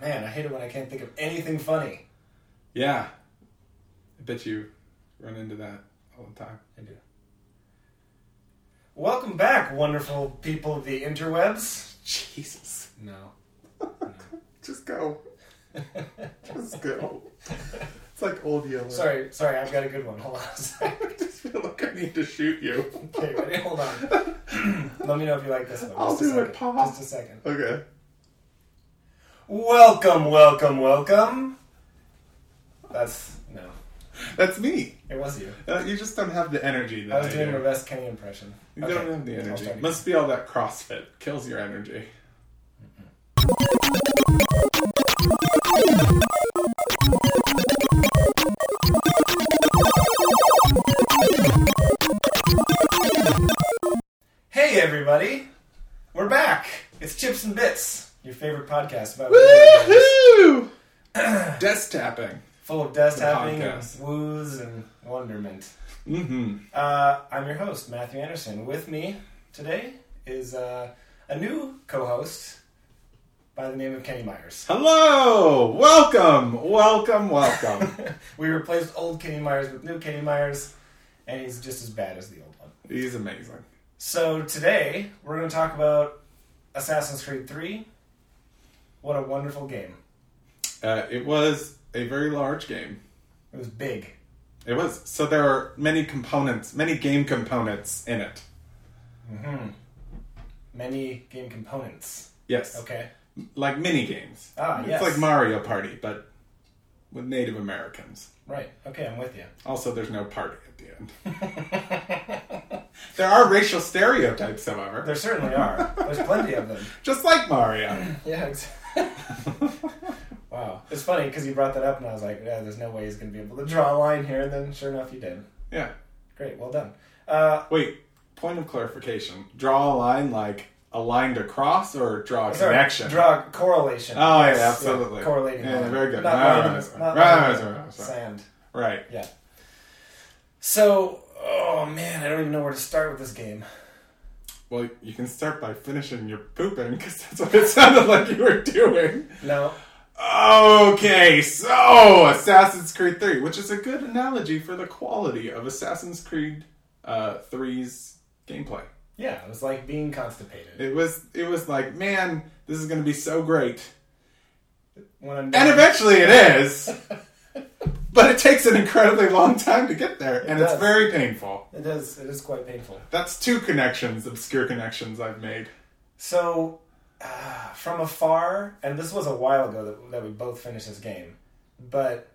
Man, I hate it when I can't think of anything funny. Yeah. I bet you run into that all the time. I do. Welcome back, wonderful people of the interwebs. Jesus. No. Just go. Just go. It's like old yellow. Sorry, sorry, I've got a good one. Hold on a I sec. just feel like I need to shoot you. Okay, ready? Hold on. Let me know if you like this one. I'll Just a do it, second. Pop. Just a second. Okay. Welcome, welcome, welcome. That's no. That's me. It was you. Uh, you just don't have the energy I that I, was doing do. my best Kenny impression. You Okay, don't have the I'll energy. start again. Must be all that CrossFit. Kills your energy. Hey everybody, we're back. It's Chips and Bits, your favorite podcast about video games. Woohoo! Desk tapping. full of dust The happening, and podcast. woos, and wonderment. Mm-hmm. Uh, I'm your host, Matthew Anderson. With me today is uh, a new co-host by the name of Kenny Myers. Hello! Welcome! Welcome, welcome. we replaced old Kenny Myers with new Kenny Myers, and he's just as bad as the old one. He's amazing. So today we're going to talk about Assassin's Creed 3. What a wonderful game! Uh, it was a very large game. It was big. It was. So there are many components, many game components in it. hmm Many game components. Yes. Okay. Like mini games. Ah, it's yes. like Mario Party, but with Native Americans. Right. Okay, I'm with you. Also, there's no party at the end. There are racial stereotypes, however, there certainly are. There's plenty of them. just like Mario. Yeah. Exactly. wow. It's funny because you brought that up, and I was like, yeah, there's no way he's going to be able to draw a line here. And then, sure enough, you did. yeah. Great. Well done. Uh, Wait, point of clarification. Draw a line like a line to cross or draw a sorry, connection? Draw a correlation. Oh, yeah, absolutely. correlating. Yeah, line. very good. Ah. Not Right, line right, is- right, not right, line right, is right, right. Sand. right. Yeah. So, oh man, I don't even know where to start with this game. Well, you can start by finishing your pooping because that's what it sounded like you were doing. No. Okay, so Assassin's Creed 3, which is a good analogy for the quality of Assassin's Creed uh, 3's gameplay. Yeah, it was like being constipated. It was it was like, man, this is going to be so great. When I'm And done- eventually it is. but it takes an incredibly long time to get there and it's does. very painful. It is. It is quite painful. That's two connections, obscure connections I've made. So, uh, from afar, and this was a while ago that, that we both finished this game, but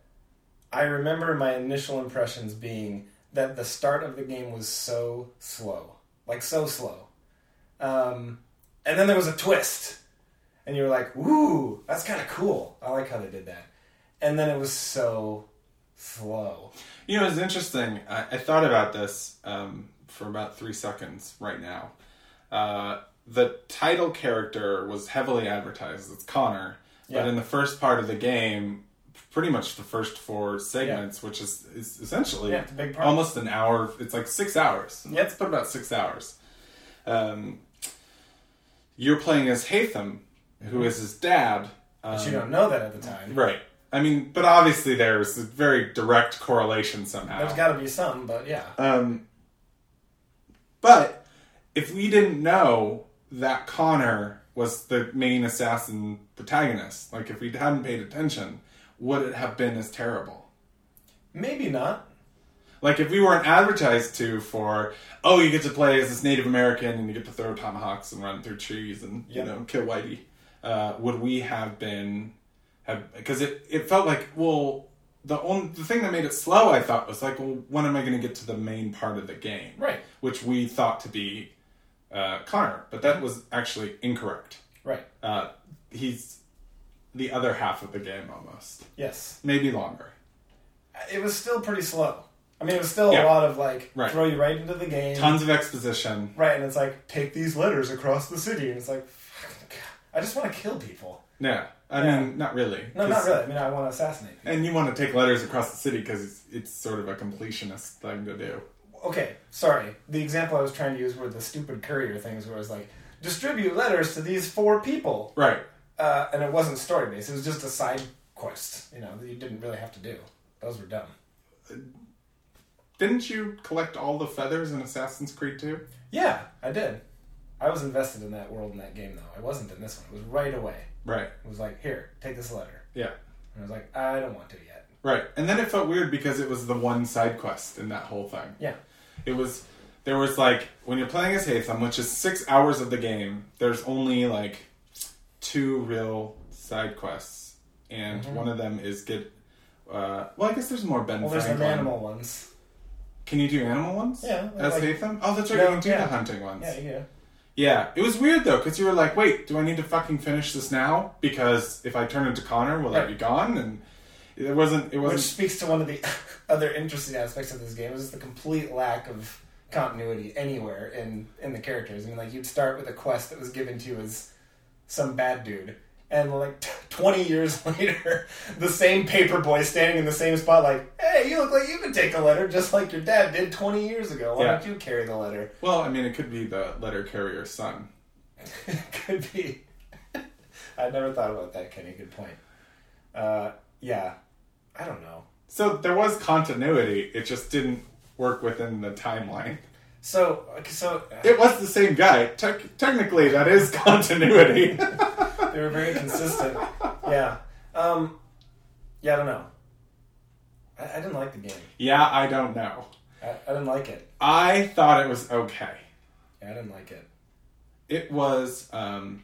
I remember my initial impressions being that the start of the game was so slow, like so slow, um, and then there was a twist, and you were like, "Ooh, that's kind of cool. I like how they did that," and then it was so slow. You know, it's interesting. I, I thought about this um, for about three seconds right now. Uh, the title character was heavily advertised. It's Connor, Yeah. but in the first part of the game, pretty much the first four segments, which is, is essentially Yeah, it's a big part. almost an hour. It's like six hours. Yeah. Let's put about six hours. Um, you're playing as Hatham, who is his dad. But Um, you don't know that at the time. Right. I mean, but obviously there's a very direct correlation somehow. There's got to be some, but yeah, Um, but if we didn't know that Connor was the main assassin protagonist, like if we hadn't paid attention, would it have been as terrible? maybe not. Like if we weren't advertised to for, oh, you get to play as this Native American and you get to throw tomahawks and run through trees and Yeah. you know kill Whitey, uh, would we have been have because it it felt like well the only the thing that made it slow I thought was like well when am I going to get to the main part of the game Right. which we thought to be uh, Connor but that was actually incorrect Right. uh, he's the other half of the game almost Yes. maybe longer it was still pretty slow. I mean, it was still Yeah. a lot of like Right. throw you right into the game, tons of exposition right? And it's like take these letters across the city, and it's like fucking God, I just want to kill people. yeah I Yeah. mean not really No, 'cause- not really. I mean, I want to assassinate. people. And you want to take letters across the city because it's, it's sort of a completionist thing to do. Okay, sorry. The example I was trying to use were the stupid courier things, where it's like distribute letters to these four people. Right. uh, and it wasn't story based. It was just a side quest. You know that you didn't really have to do. Those were dumb. Didn't you collect all the feathers in Assassin's Creed 2? Yeah, I did. I was invested in that world in that game though. I wasn't in this one. It was right away. Right. It was like, here, take this letter. Yeah. And I was like, I don't want to yet. Right. And then it felt weird because it was the one side quest in that whole thing. Yeah. It was there was like when you're playing as Haytham, which is six hours of the game, there's only like two real side quests. And one of them is get uh, well I guess there's more Ben Mm-hmm. Well, there's some Franklin. animal ones. Can you do animal ones? Yeah, As like- Haytham? Oh that's right, No, you can do yeah. the hunting ones. Yeah, yeah. Yeah, it was weird though, because you were like, "Wait, do I need to fucking finish this now? Because if I turn into Connor, will I Right. be gone?" And it wasn't. It Which wasn't. speaks to one of the other interesting aspects of this game is the complete lack of continuity anywhere in in the characters. I mean, like you'd start with a quest that was given to you as some bad dude, and like t- twenty years later, the same paper boy standing in the same spot, like, "Hey, you look like you could take a letter just like your dad did twenty years ago. Why Yeah. don't you carry the letter?" well, I mean, it could be the letter carrier's son. could be. I never thought about that, Kenny. Good point. Uh, yeah, I don't know. So there was continuity. It just didn't work within the timeline. So, so uh, It was the same guy. Tec- technically, that is continuity. they were very consistent. yeah. Um, yeah, I don't know. I, I didn't like the game. yeah, I don't know. I, I didn't like it. I thought it was okay. Yeah, I didn't like it. It was, um,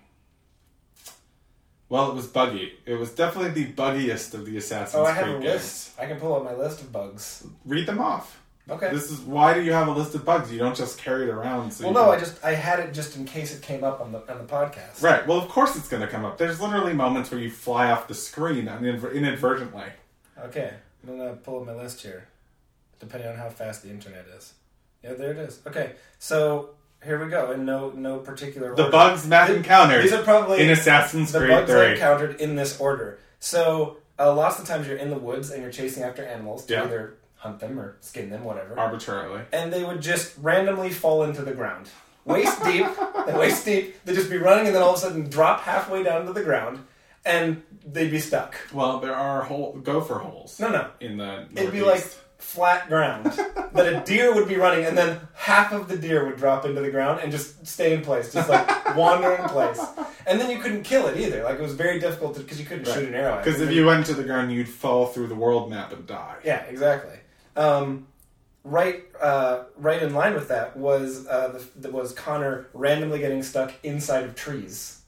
well, it was buggy. It was definitely the buggiest of the Assassin's Oh, I have Creed a games. list. I can pull up my list of bugs. Read them off. Okay. This is why do you have a list of bugs? You don't just carry it around. So well, you no, I can- just I had it just in case it came up on the on the podcast. right. Well, of course it's going to come up. There's literally moments where you fly off the screen uninv- inadvertently. Okay, I'm gonna pull up my list here, depending on how fast the internet is. Yeah, there it is. Okay, so here we go. In no no particular order. The bugs Matt Th- encountered These are probably in Assassin's the Creed bugs I 3. encountered in this order. So uh, lots of times you're in the woods and you're chasing after animals to Yeah. either hunt them or skin them, whatever. arbitrarily. and they would just randomly fall into the ground, waist deep, and waist deep. They'd just be running and then all of a sudden drop halfway down to the ground, and they'd be stuck. Well, there are hole gopher holes No, no, in the It'd be like northeast. flat ground. but a deer would be running, and then half of the deer would drop into the ground and just stay in place, just like wander in place. And then you couldn't kill it either. Like it was very difficult because you couldn't shoot an arrow. at it. because if you went to the ground, you'd fall through the world map and die. yeah, exactly. Um, right, uh, right in line with that was uh, the, was Connor randomly getting stuck inside of trees.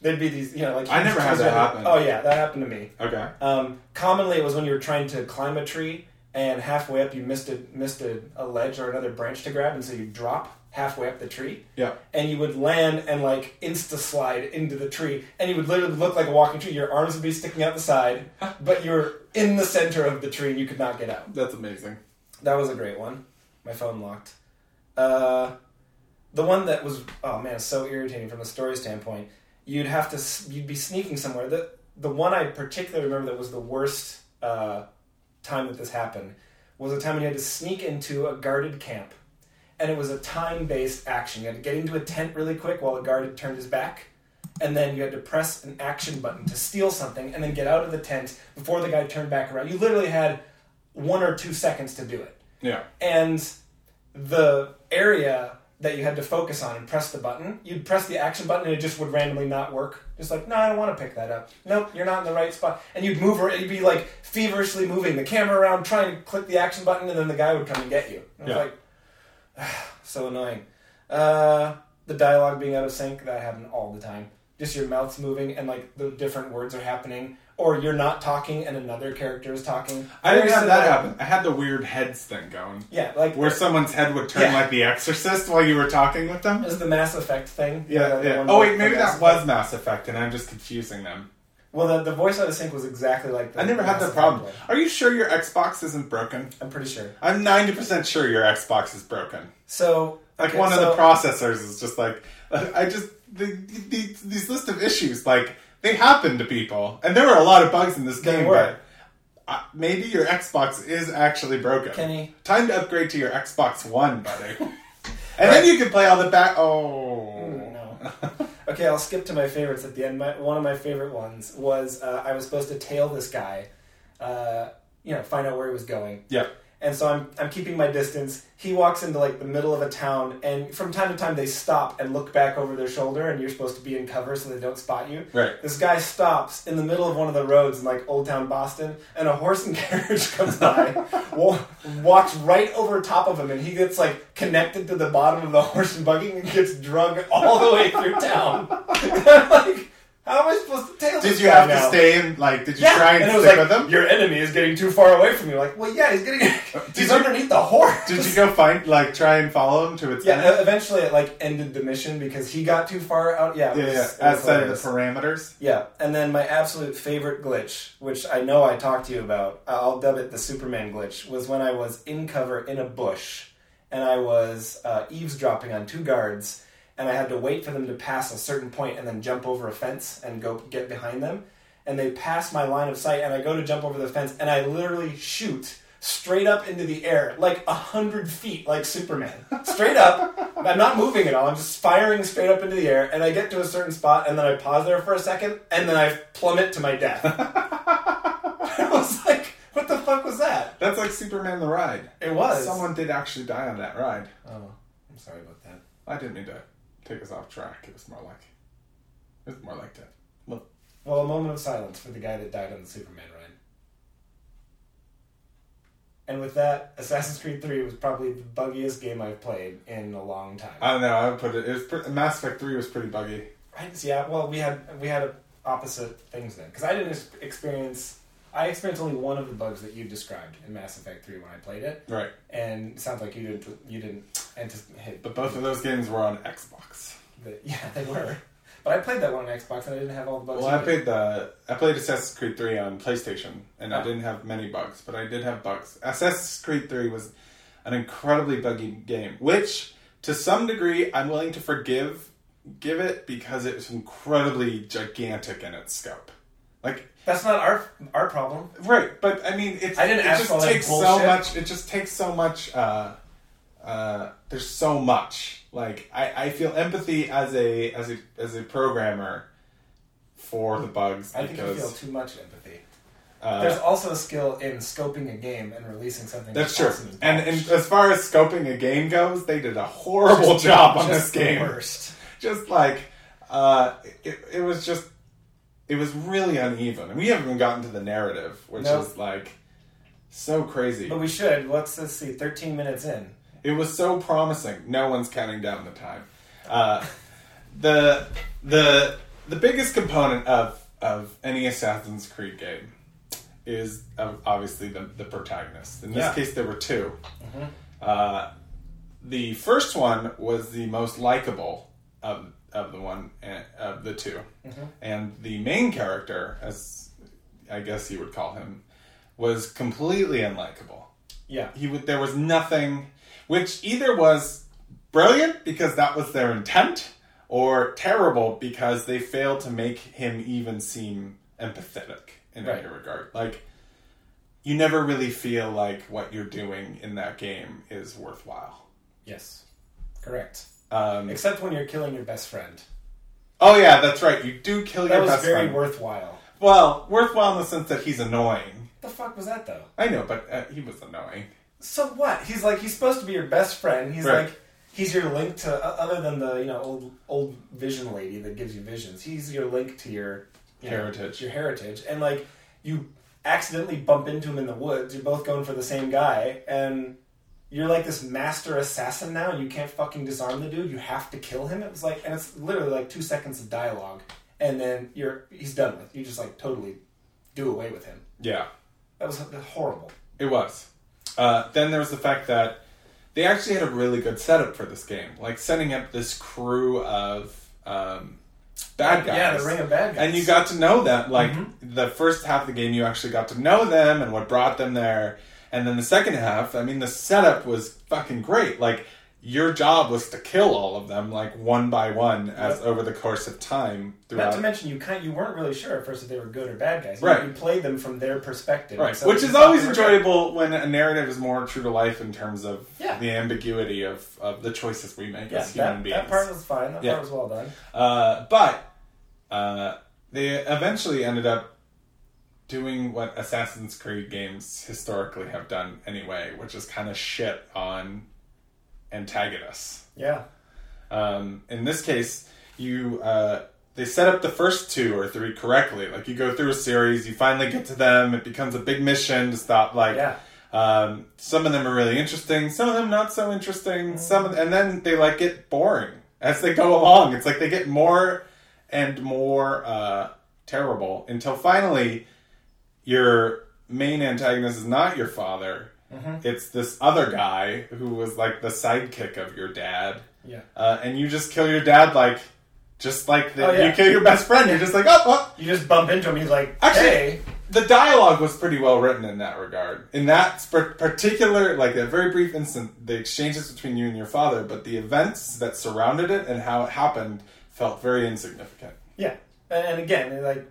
There'd be these, you know, like I never had that happen. Oh yeah, that happened to me. Okay. Um, commonly, it was when you were trying to climb a tree and halfway up you missed a, missed a, a ledge or another branch to grab, and so you drop halfway up the tree. Yeah. And you would land and like insta slide into the tree, and you would literally look like a walking tree. Your arms would be sticking out the side, but you're in the center of the tree and you could not get out. That's amazing. That was a great one. My phone locked. Uh, the one that was oh man, so irritating from a story standpoint. You'd have to s- you'd be sneaking somewhere. The the one I particularly remember that was the worst uh, time that this happened was a time when you had to sneak into a guarded camp, and it was a time based action. You had to get into a tent really quick while the guard had turned his back. And then you had to press an action button to steal something, and then get out of the tent before the guy turned back around. You literally had one or two seconds to do it Yeah. and the area that you had to focus on and press the button, you'd press the action button and it just would randomly not work. Just like, no, I don't want to pick that up. Nope, you're not in the right spot. And you'd move around, you'd be like feverishly moving the camera around, trying to click the action button, and then the guy would come and get you. And I Yeah. was like, so annoying. Uh, the dialogue being out of sync, that happened all the time. Just your mouth's moving and like the different words are happening, or you're not talking and another character is talking. I didn't Very have that similar- happen. I had the weird heads thing going. Yeah, like Where someone's head would turn Yeah. like The Exorcist while you were talking with them. Is the Mass Effect thing? Yeah, The- the yeah. one Oh with wait, the maybe Mass that was Mass Effect, and I'm just confusing them. Effect. Well, the, the voice out of sync was exactly like. The I never had Mass that Effect problem. one. Are you sure your Xbox isn't broken? I'm pretty sure. I'm 90% sure your Xbox is broken. So Like okay, one so- of the processors is just like I just the, the, these list of issues like they happen to people, and there were a lot of bugs in this There game, were. but. Uh, maybe your Xbox is actually broken. Kenny. Time to upgrade to your Hmm. Xbox One, buddy. and then you can play all the back. Oh. no. Okay, I'll skip to my favorites at the end. My, one of my favorite ones was uh, I was supposed to tail this guy, uh, you know, find out where he was going. Yeah. And so I'm, I'm keeping my distance. He walks into like the middle of a town, and from time to time they stop and look back over their shoulder, and you're supposed to be in cover so they don't spot you. Right. This guy stops in the middle of one of the roads in like Old Town Boston, and a horse and carriage comes by, wa- walks right over top of him, and he gets like connected to the bottom of the horse and buggy and gets drug all the way through town. I'm like, how am I supposed to tail Did this you guy have now? to stay in? Like, did you Yeah, try and, and it was stick like with them? your enemy is getting too far away from you. Like, well, yeah, he's getting he's you- underneath the horse. Did you go find like try and follow him to its Yeah, end? e- eventually it like ended the mission because he got too far out. Yeah, it Yeah, was- yeah. it was Outside of the hilarious. parameters. Yeah, and then my absolute favorite glitch, which I know I talked to you about, I- I'll dub it the Superman glitch, was when I was in cover in a bush and I was uh, eavesdropping on two guards and I had to wait for them to pass a certain point and then jump over a fence and go get behind them. And they pass my line of sight and I go to jump over the fence and I literally shoot straight up into the air like a hundred feet like superman straight up i'm not moving at all i'm just firing straight up into the air and i get to a certain spot and then i pause there for a second and then i plummet to my death i was like what the fuck was that That's like Superman the Ride. it was Someone did actually die on that ride. oh i'm sorry about that I didn't mean to take us off track. It was more like it was more like that. Look, well a moment of silence for the guy that died on the superman ride and with that assassin's creed 3 was probably the buggiest game i've played in a long time I don't know. I would put it. It was pre- Mass Effect Three was pretty buggy. Right. so Yeah. Well, we had we had opposite things then, because I didn't ex- experience. I experienced only one of the bugs that you described in Mass Effect Three when I played it, Right. and it sounds like you didn't you didn't anticipate. But both of those games were on Xbox. the, yeah, they were. But I played that one on Xbox, and I didn't have all the bugs. Well, I either. played the I played Assassin's Creed Three on PlayStation, and I Oh. didn't have many bugs, but I did have bugs. Assassin's Creed Three was an incredibly buggy game, which to some degree I'm willing to forgive give it because it was incredibly gigantic in its scope. Like That's not our our problem. Right, but I mean, it's, I didn't it ask all just that takes so bullshit. much. It just takes so much. Uh, uh, there's so much. Like I, I feel empathy as a as a as a programmer for the bugs I think you feel because too much empathy. There's uh, also a skill in scoping a game and releasing something. that's true. awesome And and as far as scoping a game goes, they did a polished. horrible job on Just this the game. Worst. Just like uh, it, it was just it was really uneven, and we haven't even gotten to the narrative, which No. is like so crazy. But we should. Let's let's see. Thirteen minutes in. It was so promising. No one's counting down the time. Uh, the the the biggest component of of any Assassin's Creed game is uh, obviously the the protagonist. In this Yeah. case, there were 2 Uh, the first one was the most likable of of the one uh, of the 2 and the main character, as I guess you would call him, was completely unlikable Yeah. he would there was nothing which either was brilliant because that was their intent or terrible because they failed to make him even seem empathetic in Right. any regard like you never really feel like what you're doing in that game is worthwhile Yes. Correct. um, Except when you're killing your best friend. oh yeah that's right you do kill That your was best very friend worthwhile. well worthwhile in the sense that he's annoying What the fuck was that though? i know but uh, he was annoying So what? He's like he's supposed to be your best friend. He's Right. like he's your link to o- other than the you know old old vision lady that gives you visions. He's your link to your you know, Heritage. your heritage, and like you accidentally bump into him in the woods. You're both going for the same guy, and you're like this master assassin now, and you can't fucking disarm the dude. You have to kill him. It was like, and it's literally like two seconds of dialogue, and then you're he's done with. You just like totally do away with him. yeah That was horrible. It was. Uh, then there was the fact that they actually had a really good setup for this game, like setting up this crew of um, bad guys. Yeah, the ring Mm-hmm. of bad guys. And you got to know them. Like the first half of the game, you actually got to know them and what brought them there. And then the second half, I mean, the setup was fucking great. Like your job was to kill all of them like one by one as over the course of time Not to throughout mention, you kind you weren't really sure at first if they were good or bad guys. You, Right. You played them from their perspective, right so which you is thought always they were enjoyable when a narrative is more true to life in terms of Yeah. the ambiguity of, of the choices we make good. Yeah, as human that, beings that part was fine. That Yeah. part was well done. Uh, but uh, they eventually ended up doing what Assassin's Creed games historically have done anyway, which is kind of shit on antagonists. Yeah, Um, in this case, you uh, they set up the first two or three correctly. Like you go through a series, you finally get to them. It becomes a big mission to stop. Like Yeah. um, some of them are really interesting, some of them not so interesting. Some of, and then they like get boring as they go along. It's like they get more and more uh, terrible until finally your main antagonist is not your father. Mm-hmm. It's this other guy who was like the sidekick of your dad yeah. uh, and you just kill your dad like just like the, Oh, yeah. you kill your best friend you're just like oh, oh. You just bump into him. He's like, Actually- "Hey, the dialogue was pretty well written in that regard in that sp- particular like that very brief instant the exchanges between you and your father but the events that surrounded it and how it happened felt very insignificant Yeah, and and again, like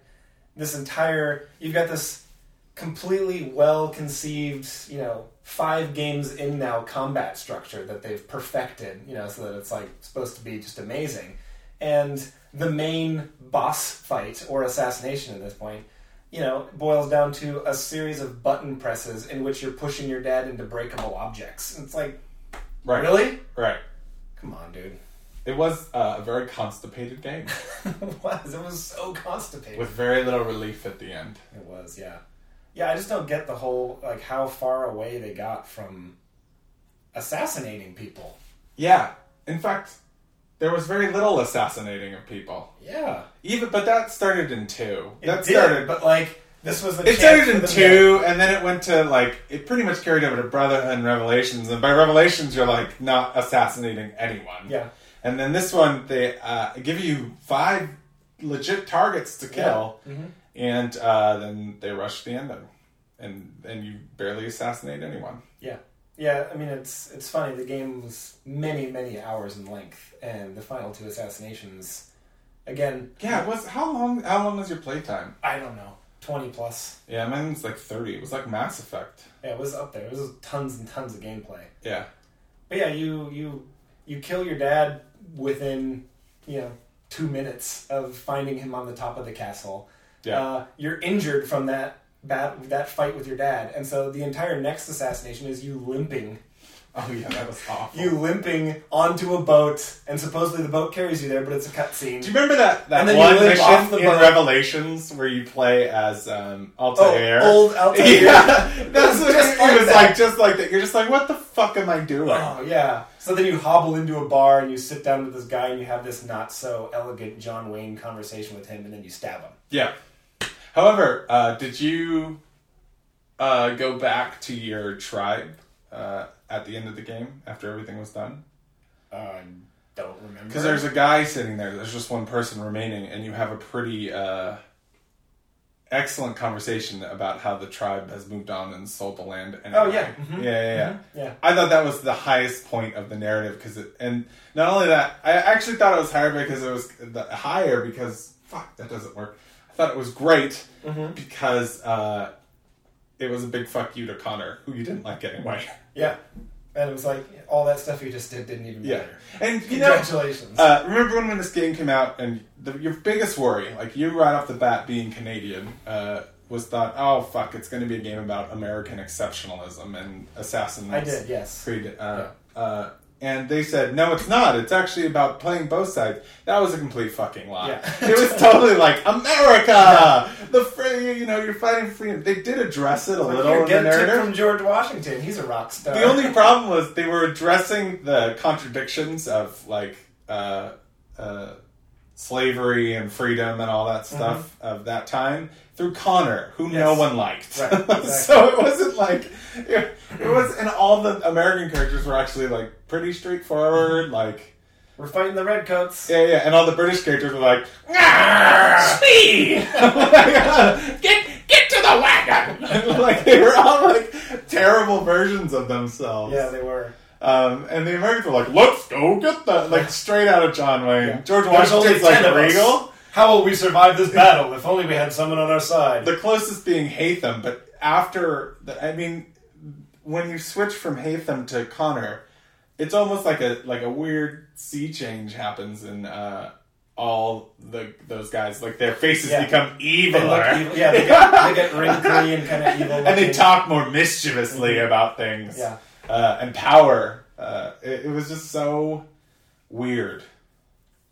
this entire you've got this completely well conceived, you know, five games in now combat structure that they've perfected, you know, so that it's like supposed to be just amazing. And the main boss fight or assassination at this point, you know, boils down to a series of button presses in which you're pushing your dad into breakable objects. It's like, right really? right Come on, dude. it was uh, a very constipated game it was. It was so constipated. with very little relief at the end It was, yeah. Yeah, I just don't get the whole like how far away they got from assassinating people. yeah in fact there was very little assassinating of people Yeah. even but that started in two It that did, started but like this was the It chance started for in them to- two, and then it went to like it pretty much carried over to Brotherhood and Revelations, and by Revelations you're like not assassinating anyone. Yeah. And then this one they uh, give you five legit targets to kill, Mm-hmm. and uh, then they rush the ending, and and you barely assassinate anyone. Yeah. Yeah, I mean it's it's funny, the game was many, many hours in length and the final two assassinations again, Yeah. It was how long? How long was your playtime? I don't know, twenty plus. Yeah, mine's like thirty. It was like Mass Effect. Yeah, it was up there. It was tons and tons of gameplay. Yeah. But yeah, you you you kill your dad within you know two minutes of finding him on the top of the castle. Yeah. Uh, you're injured from that bat, that fight with your dad, and so the entire next assassination is you limping, Oh yeah, that was awful. you limping onto a boat, and supposedly the boat carries you there, but it's a Do cutscene. you remember that, that And then one you live off mission the in boat. Revelations where you play as um, Oh, Altair? old Altair. Yeah, that's what Just it like was that. like. Just like that. You're just like, what the fuck am I doing? Oh yeah. So then you hobble into a bar and you sit down with this guy and you have this not so elegant John Wayne conversation with him, and then you stab him. Yeah. However, uh, did you uh, go back to your tribe uh, at the end of the game after everything was done? Uh, don't remember. Because there's a guy sitting there. There's just one person remaining, and you have a pretty uh, excellent conversation about how the tribe has moved on and sold the land. Anyway. Oh, yeah. Mhm. yeah, yeah, yeah. yeah. I thought that was the highest point of the narrative because it, and not only that, I actually thought it was higher because it was the, higher because fuck that doesn't work. I thought it was great Mm-hmm. because uh, it was a big fuck you to Connor who you didn't like anyway. Yeah. And it was like all that stuff you just did didn't even Yeah, matter. and you know, Congratulations. uh, remember when, when this game came out and the, your biggest worry, like you right off the bat being Canadian, uh, was thought, oh fuck, it's going to be a game about American exceptionalism and assassins. I did, yes. Creed, uh, uh, and they said, no, it's not. It's actually about playing both sides. That was a complete fucking lie. Yeah. it was totally like America, the free, you know, you're fighting freedom. They did address it a Like, little here, in the get a tip narrative. from George Washington. He's a rock star. The only problem was they were addressing the contradictions of like uh, uh, slavery and freedom and all that stuff of that time through Connor, who no Mm-hmm. Yes. one liked. Right, exactly. so it wasn't like it, it was, and all the American characters were actually like pretty straightforward. Mm-hmm. Like We're fighting the redcoats. yeah, yeah, and all the British characters were like, Oh Speed! get get to the wagon. like they were all like terrible versions of themselves. yeah, they were. Um, and the Americans were like, "Let's go get that!" Like straight out of John Wayne. Yeah. George There's only Washington's ten like of us. regal. How will we survive this battle if only we had someone on our side? The closest being Haytham, but after the, I mean, when you switch from Haytham to Connor, it's almost like a like a weird sea change happens in uh, all the those guys. Like their faces Yeah. become They look eviler, evil. Yeah, they get, they get wrinkly and kind of evil. and they looking. talk more mischievously about things. Mm-hmm. Yeah. uh, and power. Uh, it, it was just so weird.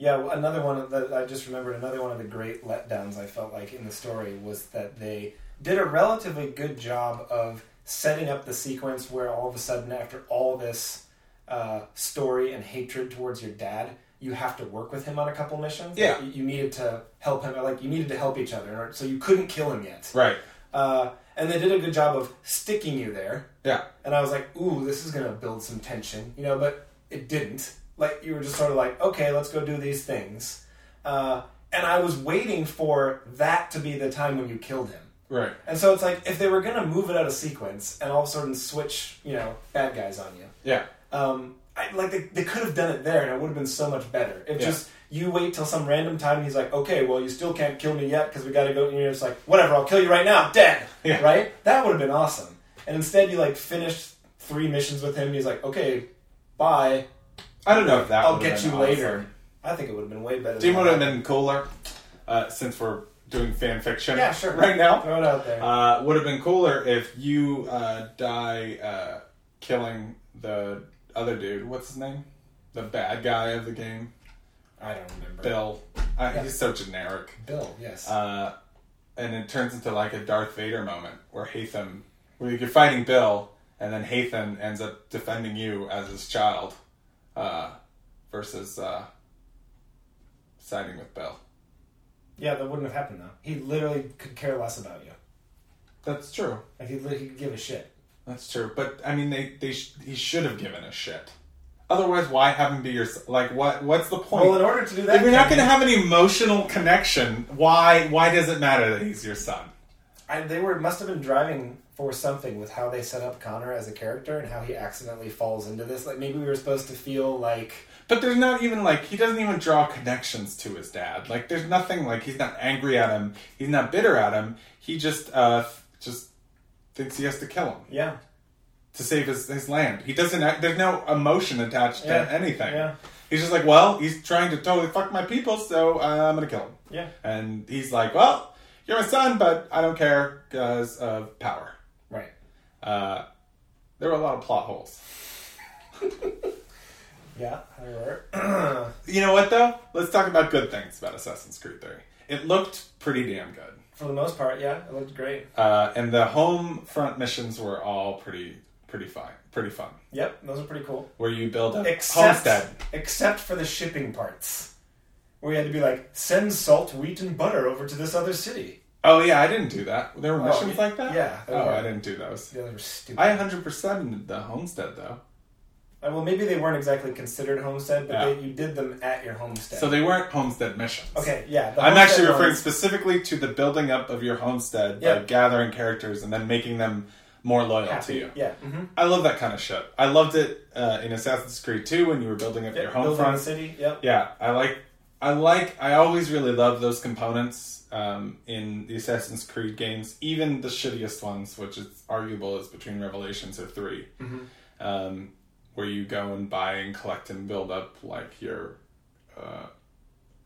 Yeah, well, another one of the I just remembered another one of the great letdowns I felt like in the story was that they did a relatively good job of setting up the sequence where all of a sudden, after all this uh, story and hatred towards your dad, you have to work with him on a couple missions. Yeah. Like, you- you needed to help him. or, Like you needed to help each other, or- so you couldn't kill him yet. Right. Uh, and they did a good job of sticking you there Yeah. and I was like, "Ooh, this is gonna build some tension," you know. But it didn't. Like you were just sort of like, "Okay, let's go do these things," uh, and I was waiting for that to be the time when you killed him. Right. And so it's like if they were gonna move it out of sequence and all of a sudden switch, you know, bad guys on you. Yeah. Um, I, like they, they could have done it there, and it would have been so much better. If Yeah. just you wait till some random time, and he's like, "Okay, well, you still can't kill me yet because we got to go." And you're just like, "Whatever, I'll kill you right now, dead." Yeah. Right? That would have been awesome. And instead, you like finished three missions with him. And he's like, "Okay, bye. I don't know if that. I'll would've get you been later." awesome. I think it would have been way better. Do you than want to have that. been cooler? Uh, since we're doing fan fiction Yeah, sure. right now, Throw it out there. uh, would have been cooler if you uh, die uh, killing the other dude. What's his name? The bad guy of the game, I don't remember. Bill. Uh, Yeah. He's so generic. Bill, yes. Uh, and it turns into like a Darth Vader moment where Haytham, where you're fighting Bill, and then Haytham ends up defending you as his child, uh, versus uh, siding with Bill. yeah, that wouldn't have happened though. He literally could care less about you. That's true. Like he, li- he could give a shit. That's true. But I mean, they they sh- he should have given a shit. Otherwise, why have him be your s- like? What what's the point? Well, in order to do that, if you're not Kevin, going to have an emotional connection, why why does it matter that he's your son? I, they were must have been driving for something with how they set up Connor as a character and how he accidentally falls into this. Like maybe we were supposed to feel like But there's not even like he doesn't even draw connections to his dad. Like there's nothing like he's not angry at him. He's not bitter at him. He just uh just thinks he has to kill him yeah, to save his, his land. He doesn't. act- There's no emotion attached Yeah. to anything. Yeah. He's just like, well, he's trying to totally fuck my people, so uh, I'm gonna kill him. yeah, And he's like, well, you're my son, but I don't care because of power. right. Uh, there were a lot of plot holes. Yeah, there were. You know what though? Let's talk about good things about Assassin's Creed 3. It looked pretty damn good. for the most part, yeah, it looked great. Uh, and the home front missions were all pretty pretty fun. Pretty fun. Yep, those are pretty cool. Where you build a Except homestead. except for the shipping parts, where you had to be like send salt, wheat, and butter over to this other city. Oh yeah, I didn't do that. There were missions y- like that? Oh, yeah, there Oh, were. I didn't do those. The others were stupid. I 100%ed the homestead though. Uh, well, maybe they weren't exactly considered homestead, but Yeah. they, you did them at your homestead. So they weren't homestead missions. okay, yeah. the I'm homestead actually referring ones- specifically to the building up of your homestead Yeah. by gathering characters and then making them more loyal to you. Yeah. Mm-hmm. I love that kind of shit. I loved it uh, in Assassin's Creed 2 when you were building up your home Building front. the city. Yep. Yeah, I like, I like, I always really love those components um, in the Assassin's Creed games, even the shittiest ones, which is arguable is between Revelations or 3 um, where you go and buy and collect and build up like your uh,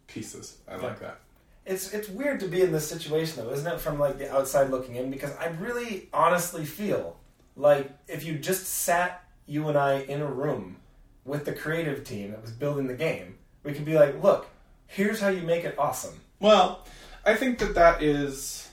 pieces. I like that. It's it's weird to be in this situation though, isn't it? From like the outside looking in, because I really honestly feel like if you just sat you and I in a room with the creative team that was building the game, we could be like, look, here's how you make it awesome. Well, I think that that is